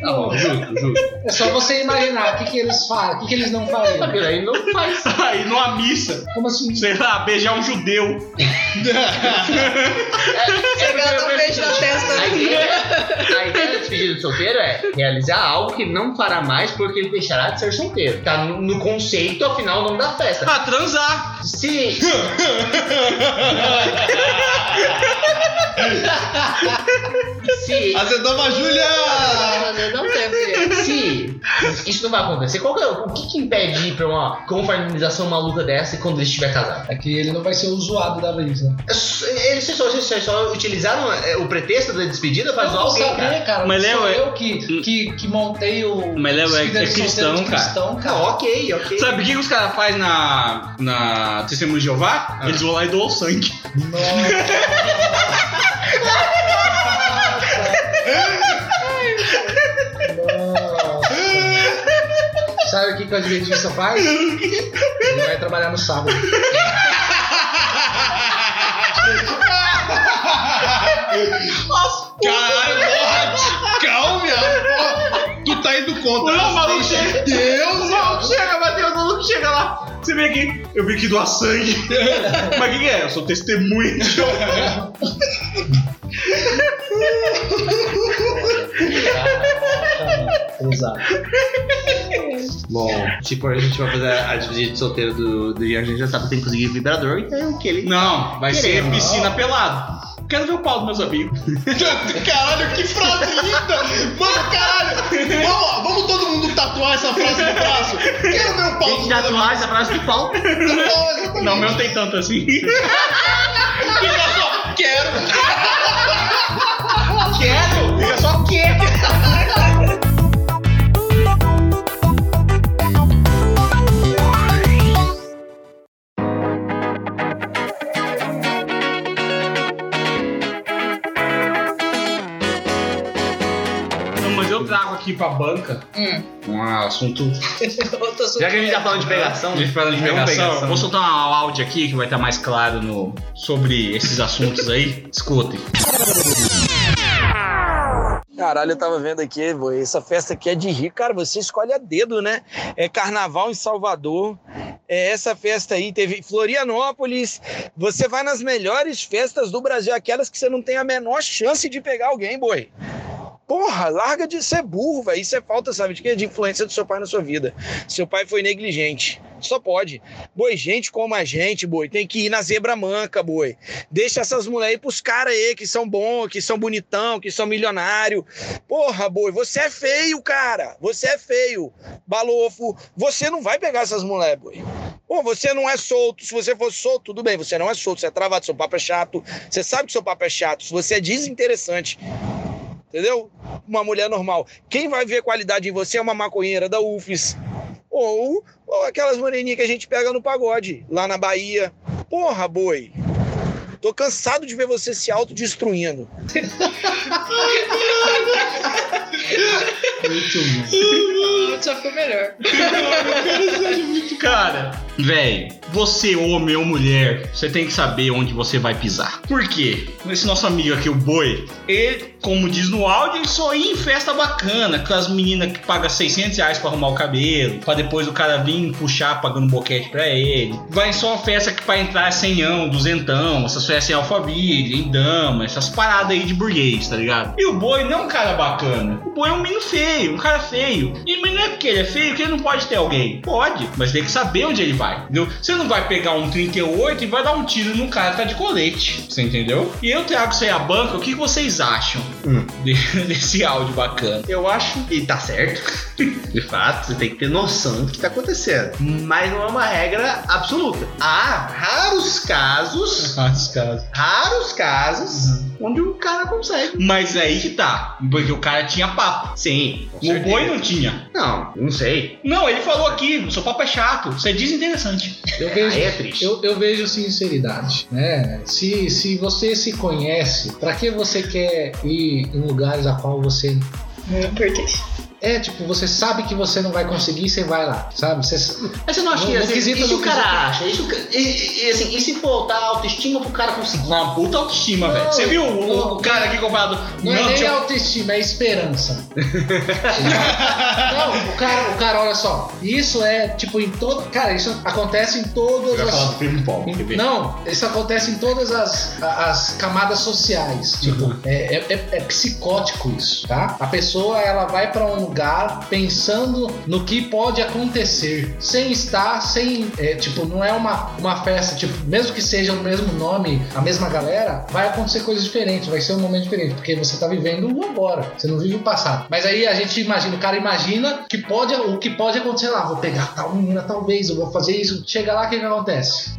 Tá bom, justo, justo. é só você imaginar o que, que eles falam, o que, que eles não fariam. Aí não faz. Aí numa missa, Como assim? sei lá, beijar um judeu. Chegar um beijo na testa. A ideia, a ideia do despedido de solteiro é realizar algo que não fará mais porque ele deixará de ser solteiro. Tá no, no conceito, afinal, o nome da festa. Ah, transar. Se. Se. Azedama a Júlia! Não teve. Se isso não vai acontecer, qual que é, o que, que impede de ir pra uma confraternização maluca dessa quando ele estiver casado? É que ele não vai ser o zoado da vez, né? É só- Eles só, vocês só utilizaram é, o pretexto da despedida pra Eu zoar não alguém, né? cara. sabia, cara. Mas Mas Léo sou é- eu que, que, que montei o. Mas Léo é- despedida é de solteiro cristão, de cara. cristão, cara. Não, ok, ok. Sabe o que os caras fazem na, na Testemunha de Jeová? Eles vão lá e doam sangue. Nossa. Nossa. Sabe o que, que o adventista faz? Ele vai trabalhar no sábado. Caralho, porra! Calma, porra! Tu tá indo contra. Não, maluco, chega. Deus! Não, chega, Matheus, o maluco chega lá. Você vem aqui, eu vim aqui doar sangue. Mas o que, que é? Eu sou testemunha de Jeová. É, Exato. Bom, se for a gente vai fazer a despedida de solteiro do, do Ian, a gente já sabe que tem que conseguir vibrador, então que ele. Não, vai ser Querendo. piscina pelado. Quero ver o pau dos meus amigos. Caralho, que frase linda! Mano, caralho! Vamos, vamos todo mundo tatuar essa frase no braço? Quero ver o pau Tem do que tatuar essa frase de pau. Não, Não, o meu não tem tanto assim. Fica só, quero! Quero! Fica só quê? Não, mas eu trago aqui pra banca Hum. um assunto. Outro assunto. Já que a gente tá falando de pegação, A gente fala de pegação. Vou soltar um áudio aqui que vai estar mais claro no... sobre esses assuntos aí. Escutem. Caralho, eu tava vendo aqui, vô, essa festa aqui é de rir, cara, você escolhe a dedo, né? É carnaval em Salvador, é essa festa aí, teve Florianópolis, você vai nas melhores festas do Brasil, aquelas que você não tem a menor chance de pegar alguém, boi. Porra, larga de ser burro, velho. Isso é falta, sabe, de quê? De influência do seu pai na sua vida. Seu pai foi negligente. Só pode. Boi, gente como a gente, boi. Tem que ir na zebra manca, boi. Deixa essas mulheres aí pros caras aí que são bons, que são bonitão, que são milionário. Porra, boi, você é feio, cara. Você é feio. Balofo, você não vai pegar essas mulheres, boi. Pô, você não é solto. Se você for solto, tudo bem. Você não é solto, você é travado, seu papo é chato. Você sabe que seu papo é chato. Se você é desinteressante. Entendeu? Uma mulher normal. Quem vai ver qualidade em você é uma maconheira da UFES. Ou, ou aquelas moreninhas que a gente pega no pagode, lá na Bahia. Porra, boi. Tô cansado de ver você se autodestruindo. Só ficou melhor. Cara, velho, você, homem ou mulher, você tem que saber onde você vai pisar. Por quê? Esse nosso amigo aqui, o Boi, ele, como diz no áudio, ele só ia em festa bacana, com as meninas que pagam 600 reais pra arrumar o cabelo, pra depois o cara vir puxar pagando um boquete pra ele. Vai em só uma festa que pra entrar é 100, duzentão, essas festas em Alphaville, em Dama, essas paradas aí de burguês, tá ligado? E o Boi não é um cara bacana. O Boi é um menino feio, um cara feio. E mas não é porque ele é feio que ele não pode ter alguém. Pode, mas tem que saber onde ele vai, entendeu? Você não vai pegar um 38 e vai dar um tiro num cara que tá de colete, você entendeu? E eu, Thiago, sei a banca, o que que vocês acham de- desse áudio bacana? Eu acho, e tá certo, de fato, você tem que ter noção do que tá acontecendo. Mas não é uma regra absoluta. Há raros casos, raros casos, onde o cara consegue. Mas aí que tá, porque o cara tinha papo. Sim. O certeza. boi não tinha. Não, não sei. Não, ele falou aqui, seu papo é chato, você diz interessante. Eu vejo, Aí é triste. eu, eu vejo sinceridade, né? Se, se você se conhece, pra que você quer ir em lugares a qual você Não pertence. é, tipo, você sabe que você não vai conseguir, você vai lá, sabe? Você- Mas você não acha No- que no assim, quesito- isso no o cara quesito- acha? Isso, o ca- e, e- e, assim, e se faltar a autoestima pro cara conseguir? Uma puta autoestima, velho. Você viu o, o- o cara aqui comparado? não, é nem tinha- autoestima, é esperança. não, o cara, o cara, olha só. Isso é tipo em todo, cara, isso acontece em todas Vai falar as do primo Paulo. quer ver? Não, tipo, isso acontece em todas as, a- as camadas sociais. Tipo, é, é- é- é psicótico isso, tá? A pessoa ela vai pra um lugar pensando no que pode acontecer, sem estar, sem é, tipo, não é uma, uma festa tipo, mesmo que seja o mesmo nome, a mesma galera, vai acontecer coisas diferentes, vai ser um momento diferente, porque você tá vivendo o agora, você não vive o passado. Mas aí a gente imagina, o cara imagina que pode o que pode acontecer lá, vou pegar tal menina talvez, eu vou fazer isso, chega lá o que que acontece?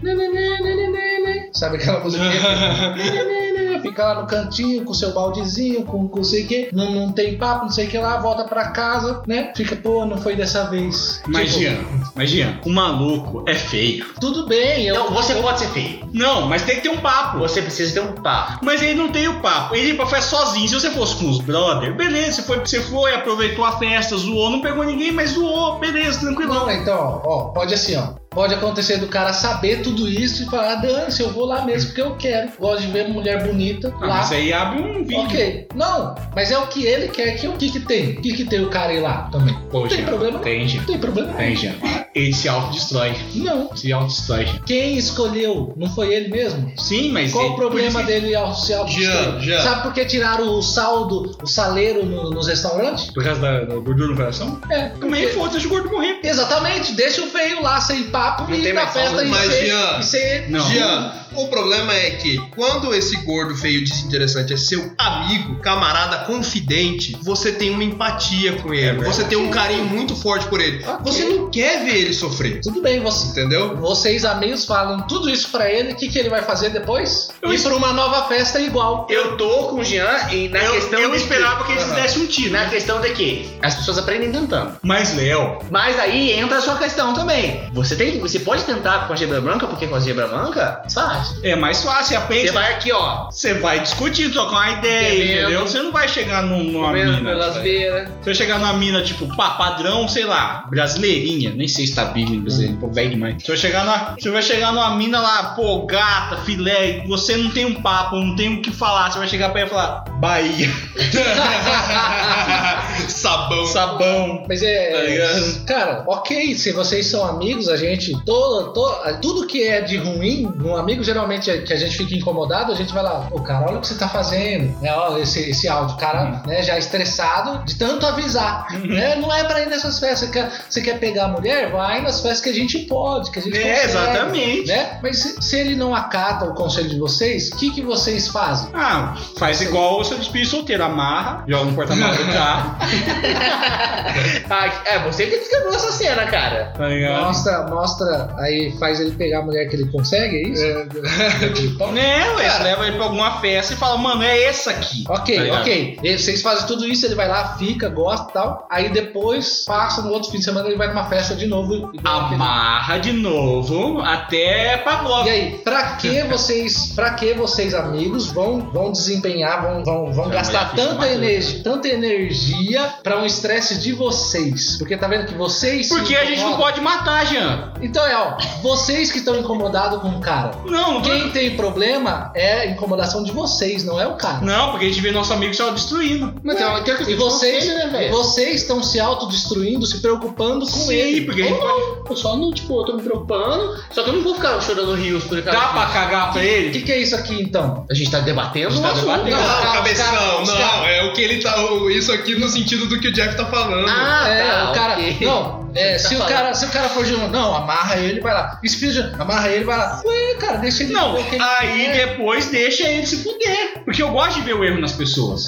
Sabe aquela música? Fica lá no cantinho com seu baldezinho, com com não sei o que, não, não tem papo, não sei o que lá, volta pra casa, né? Fica, pô, não foi dessa vez. Imagina, imagina, o maluco é feio. Tipo, tudo bem, eu. Então, você pode ser feio. Não, mas tem que ter um papo. Você precisa ter um papo. Mas ele não tem o papo. Ele foi sozinho. Se você fosse com os brother, beleza, você foi, você foi, aproveitou a festa, zoou, não pegou ninguém, mas zoou, beleza, tranquilão. Não, então, ó, ó, pode assim, ó. Pode acontecer do cara saber tudo isso e falar, "Ah, dane-se, eu vou lá mesmo porque eu quero. Gosto de ver mulher bonita Ah, lá. mas aí abre um vídeo. Ok, não, mas é o que ele quer que o que que tem? O que que tem o cara ir lá também? Pô, Não tem Jean, problema? Tem, Jean. Não tem É. problema? Tem, Jean. Ele se autodestrói. Não. Se autodestrói, Jean. Quem escolheu? Não foi ele mesmo? Sim, mas. Qual ele- o problema por isso- dele ao se Jean, autodestruir? Jean. Sabe por que tiraram o saldo, o saleiro no- nos restaurantes? Por causa da, da gordura no coração? É, Também foda-se o gordo morrer. Exatamente, deixa o feio lá sem papo Não e tem ir na mais festa saldo. e Mas, ser, Jean, e ser Não. Jean, o problema é que quando esse gordo feio desinteressante é seu amigo, camarada, confidente, você tem uma empatia com É ele, você tem um carinho muito forte por ele. Ok. Você não quer ver ele sofrer, Tudo bem, você. entendeu? Vocês amigos falam tudo isso pra ele, o que, que ele vai fazer depois? Ir pra uma nova festa igual. Eu tô com o Jean e na eu questão eu de esperava que ele Aham. desse um tiro. Na questão de que as pessoas aprendem tentando. Mas, Léo, Mas aí entra a sua questão também. Você tem, você pode tentar com a zebra branca, porque com a zebra branca, faz. é mais fácil, você Você aprende. vai aqui, ó. Você vai discutir, trocar uma ideia, Entendendo. entendeu? Você não vai chegar num- numa comendo mina. tipo, é. pelas beiras. Se eu chegar numa mina, tipo, pá, padrão, sei lá, brasileirinha, nem sei se tá bilhão em brasileiro, pô, velho demais. Se eu chegar na. Se eu vai chegar numa mina lá, pô, gata, filé, você não tem um papo, não tem o que falar, você vai chegar pra ela e falar, Bahia. Sabão. Sabão. Mas Tá é. ligado? Cara, ok, se vocês são amigos, a gente. Todo, todo, tudo que é de ruim, num amigo, geralmente é que a gente fica incomodado, a gente vai lá, pô, cara, olha o que você tá fazendo. Né, olha esse, esse áudio, o cara, né, já estressado de tanto avisar. né? Não é pra ir nessas festas. Você quer, você quer pegar a mulher? Vai nas festas que a gente pode, que a gente É, consegue, exatamente. Né? Mas se, se ele não acata o conselho de vocês, o que, que vocês fazem? Ah, faz igual o seu despedido solteiro. Amarra, joga um porta-malas no carro. Ah, é, você que descreveu essa cena, cara. Tá ligado? Mostra, mostra, aí faz ele pegar a mulher que ele consegue, é isso? Né, ué, você leva ele pra alguma festa e fala, mano, é essa aqui. Ok, Tá ligado? ok. E Vocês fazem tudo isso, ele vai lá, fica, gosta e tal. Aí depois, passa no outro fim de semana, ele vai numa festa de novo. E, Ah, Amarra de novo até Pavlov. e aí, pra que vocês, pra que vocês amigos vão, vão desempenhar, vão, vão, vão É, gastar mas fica tanta maneiro. né? energia, tanta energia pra um estresse de vocês? Porque tá vendo que vocês. se assim, Porque a gente não incomodam. pode matar, Jean. Então é, ó, vocês que estão incomodados com o cara. Não, não tô Quem tem problema é a incomodação de vocês, não é o cara. Não, porque a gente vê nosso amigo só destruindo. Mas tem uma tem uma é E tipo, questão de vocês, conselho, né, velho? vocês estão se autodestruindo, se preocupando com Sim, ele. porque a gente pode Eu só não, tipo, eu tô me preocupando, só que eu não vou ficar chorando rios tá por causa dar pra cagar pra O ele. que, que é isso aqui então? A gente tá debatendo A gente tá o assunto. debatendo. os Não, caras- um os cabeção, caras- os não. caras- É o que ele tá. o- Isso aqui no sentido do que o Jeff tá falando. Ah, é, tá, o cara. ok. Não, é, Tá se, o falando. cara, se o cara for de um. Não, amarra ele, vai lá. Espírito, amarra ele, vai lá. Ué, cara, deixa ele. Não, ver o que ele aí quer. depois deixa ele se fuder. Porque eu gosto de ver o erro nas pessoas.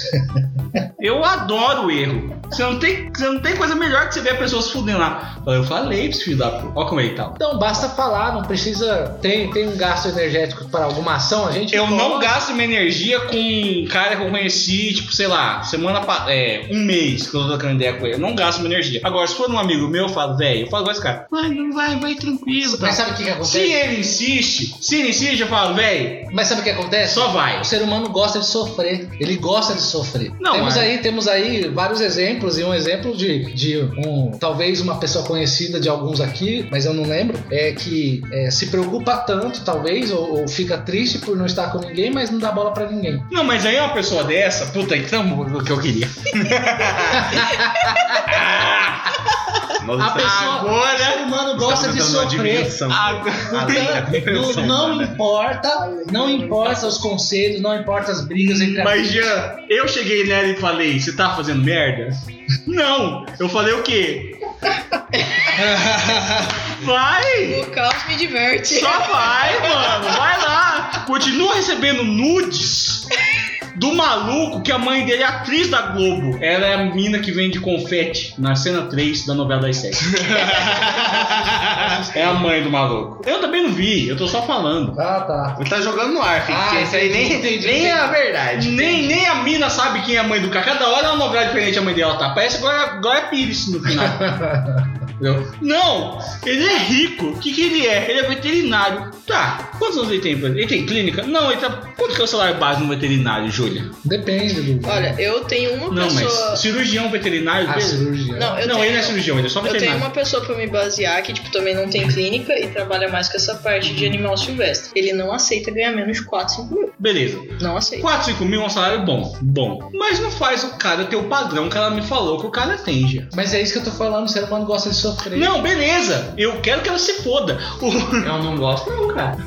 Eu adoro o erro. Você não tem, você não tem coisa melhor que você ver a pessoa se fudendo lá. Eu falei pra esse filho da puta. Olha como ele tá. Então basta falar, não precisa. Tem, tem um gasto energético para alguma ação, a gente. Eu não coloca. gasto minha energia com um cara que eu conheci, tipo, sei lá, semana pa- é, um mês que eu tô trocando ideia com ele. Eu não gasto minha energia. Agora, se for um amigo meu, eu falo, velho, eu falo com esse cara. Vai, não vai, vai tranquilo. tá?" Mas sabe o que, que Se acontece? ele insiste, se ele insiste, eu falo, velho, é Mas sabe o que acontece? só vai. O ser humano gosta de sofrer, ele gosta de sofrer. Não, temos é. aí temos aí vários exemplos e um exemplo de, de um talvez uma pessoa conhecida de alguns aqui, mas eu não lembro, é que é, se preocupa tanto talvez ou, ou fica triste por não estar com ninguém, mas não dá bola pra ninguém. Não, mas aí uma pessoa dessa, puta, então o que eu queria. A pessoa, o ser humano gosta de sofrer. Ah, Não, é não- não né? importa, não importa os conselhos, não importa as brigas entre Mas Jean, eu cheguei nela e falei, você tá fazendo merda? Não! Eu falei o quê? Vai! O caos me diverte. Só vai, mano. Vai lá. Continua recebendo nudes do maluco que a mãe dele é atriz da Globo. Ela é a mina que vende confete na cena 3 da novela das sete. é a mãe do maluco. Eu também não vi, eu tô só falando. é Ah, tá. Ele tá jogando no ar, filho. Ah, porque isso aí nem, nem é a verdade. Nem, nem a mina sabe quem é a mãe do cara. Cada hora é uma novela diferente a mãe dela tá. Parece agora Glória Pires no final. Entendeu? Não! Ele é rico. O que, que ele é? Ele é veterinário. Tá, quantos anos ele tem? Ele tem clínica? Não, ele tá. Quanto que é o salário base no veterinário, Júlia? Depende do Olha, eu tenho uma Não, pessoa. mas cirurgião veterinário, a beleza. cirurgia. Não, eu não, tenho... ele não é cirurgião, ele é só Eu tenho veterinário. uma pessoa pra me basear que, tipo, também não tem clínica e trabalha mais com essa parte de animal silvestre. Ele não aceita ganhar menos de 4, 5 mil. Beleza. Não aceita. 4, 5 mil é um salário bom. Bom. Mas não faz o cara ter o padrão que ela me falou que o cara tem, já. Mas é isso que eu tô falando, o ser humano gosta de sofrer. Não, beleza. Eu quero que ela se foda. O- Eu não gosto, não, cara.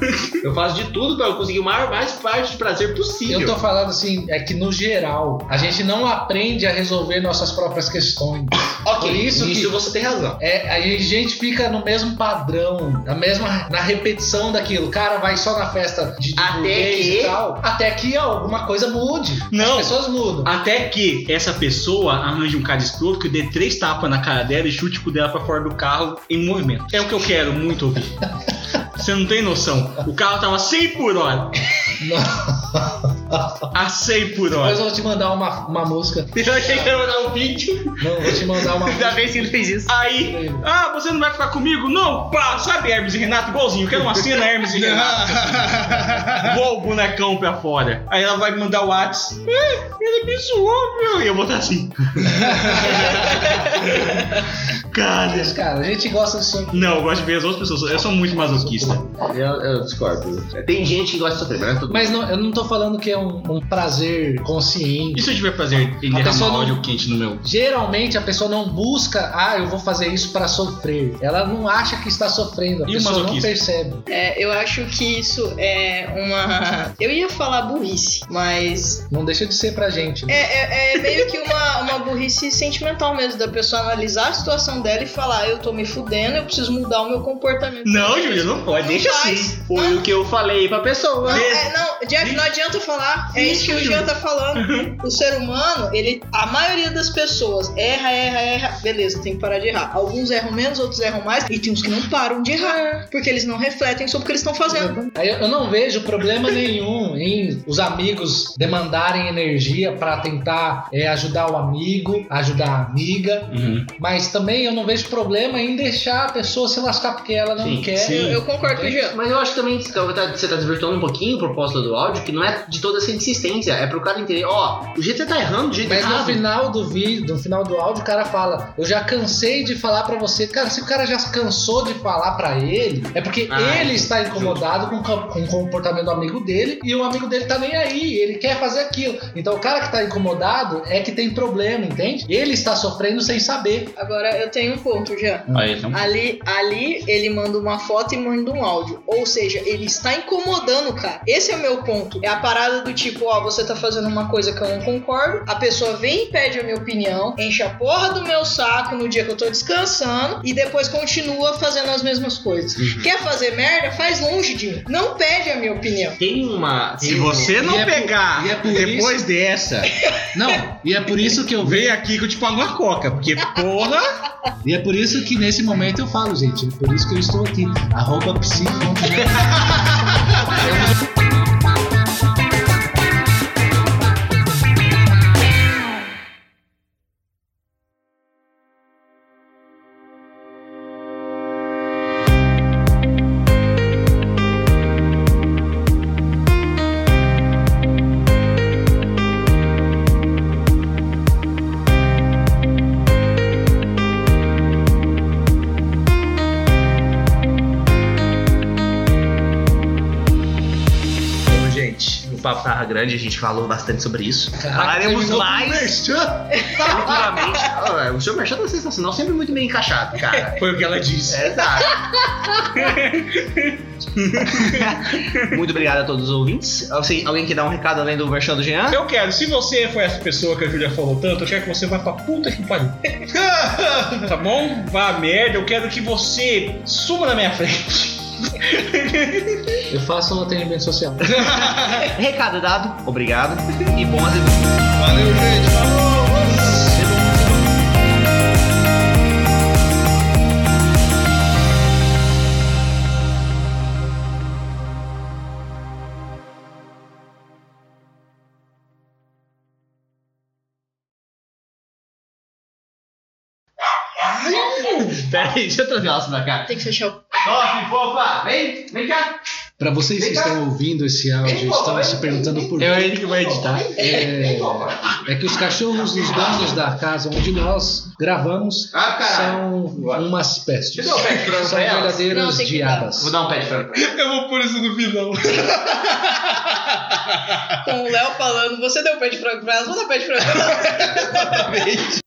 Eu faço de tudo pra eu conseguir o maior mais parte de prazer possível. Eu tô falando assim, é que no geral, a gente não aprende a resolver nossas próprias questões. Ok, Por isso isso, que- você tem razão. É, a gente fica no mesmo padrão, na mesma na repetição daquilo. O cara vai só na festa de, de Até burguês que- e tal, até que alguma coisa mude. Não. As pessoas mudam. Até que essa pessoa arranje um cara escroto que dê três tapas na cara dela e chute o cu dela pra fora do carro em movimento. É o que eu quero muito ouvir. Você não tem noção. O carro tava 100 por hora. Ah. A 100 por Depois hora. eu vou te mandar uma, uma música. Eu achei que ia mandar um vídeo. Não, vou te mandar uma Ainda música. bem que ele fez isso. Aí, ah, você não vai ficar comigo? Não, pá, sabe Hermes e Renato igualzinho. Eu quero uma cena Hermes e Renato. Vou o bonecão pra fora. Aí ela vai me mandar o Whats. É, ele me zoou, meu. E eu vou estar assim. cara, Mas, Cara, a gente gosta de sofrer. Não, eu gosto de ver as outras pessoas. Eu sou muito masoquista. Eu, eu discordo. Tem gente que gosta de sofrer, mas não é todo Mas não, eu não tô falando que é um, um, um prazer consciente. E se eu tiver prazer em A derramar pessoa não- óleo quente no meu? Geralmente a pessoa não busca, ah, eu vou fazer isso pra sofrer. Ela não acha que está sofrendo, a E o pessoa não masoquista? percebe. É, eu acho que isso é uma. Eu ia falar burrice, mas Não deixa de ser pra gente. né? É, é- é meio que uma, uma burrice sentimental mesmo, da pessoa analisar a situação dela e falar, "Ah, eu tô me fudendo, eu preciso mudar o meu comportamento. Não, Júlio, não pode. Não Deixa faz. assim. Foi o que eu falei pra pessoa. Não, é, não, Jeff, não adianta eu falar. É isso que o Jean tá Uhum. falando. O ser humano, ele. A maioria das pessoas erra, erra, erra. Beleza, tem que parar de errar. Alguns erram menos, outros erram mais. E tem uns que não param de errar. Porque eles não refletem sobre o que eles estão fazendo. Aí eu eu não vejo problema nenhum em os amigos demandarem energia pra tentar é, ajudar o amigo, ajudar a amiga, mas também eu não vejo problema em deixar a pessoa se lascar porque ela não Sim, quer. Eu, eu concordo com o Jean. Mas eu acho também que você tá, você tá desvirtuando um pouquinho o propósito do áudio, que não é de toda essa insistência. É pro cara entender, ó, o jeito que você tá errando, o jeito Mas no errado. final do vídeo, no final do áudio, o cara fala: Eu já cansei de falar pra você. Cara, se o cara já cansou de falar pra ele, é porque Ah, ele está incomodado com, o com- com o comportamento do amigo dele e o amigo dele tá nem aí, ele quer fazer aquilo. Então o cara que tá incomodado é que tem problema, entende? Ele está sofrendo sem saber. Agora eu tenho um ponto, Jean. Aí, então. Ali, ali ele manda uma foto e manda um áudio. Ou seja, ele está incomodando o cara. Esse é o meu ponto. É a parada do tipo, ó, você tá fazendo uma coisa que eu não concordo. A pessoa vem e pede a minha opinião, enche a porra do meu saco no dia que eu tô descansando e depois continua fazendo as mesmas coisas. Quer fazer merda? Faz longe de mim. Não pede a minha opinião. Tem uma. Se tem um- você não E é por- pegar e é por depois dessa, Não, e é por isso que eu vem aqui que eu te pago uma coca, porque porra. E é por isso que nesse momento eu falo, gente. É por isso que eu estou aqui. Arroba né? psico. Bom, gente, o papo tava grande, a gente falou bastante sobre isso. Falaremos mais futuramente. Ah, o seu merchan tá sensacional, sempre muito bem encaixado, cara. Foi o que ela disse. É, Exato. muito obrigado a todos os ouvintes. Assim, alguém quer dar um recado além do merchan do É. Jean? Eu quero, se você foi essa pessoa que a Julia falou tanto, eu quero que você vá pra puta que pariu. tá bom? Vá à merda, eu quero que você suma na minha frente. Eu faço um atendimento social. Recado dado, obrigado e bom azeite. Valeu, gente. Pera aí, deixa eu trazer ela pra cá. Tem que fechar o. Toque, fofa! Vem, vem cá! Pra vocês que estão ouvindo esse áudio, estão se perguntando por quê. ele que vai editar. É, é que os cachorros dos donos da casa onde nós gravamos Ah, caralho. são umas pestes. Deixa eu dar um pet frango São pra elas. Não, verdadeiros tem que dar. diabas. Vou dar um pet frango pra Eu vou pôr isso no final. Com o Léo falando, você deu pé de frango pra elas, vou dar pé de frango pra elas. ela.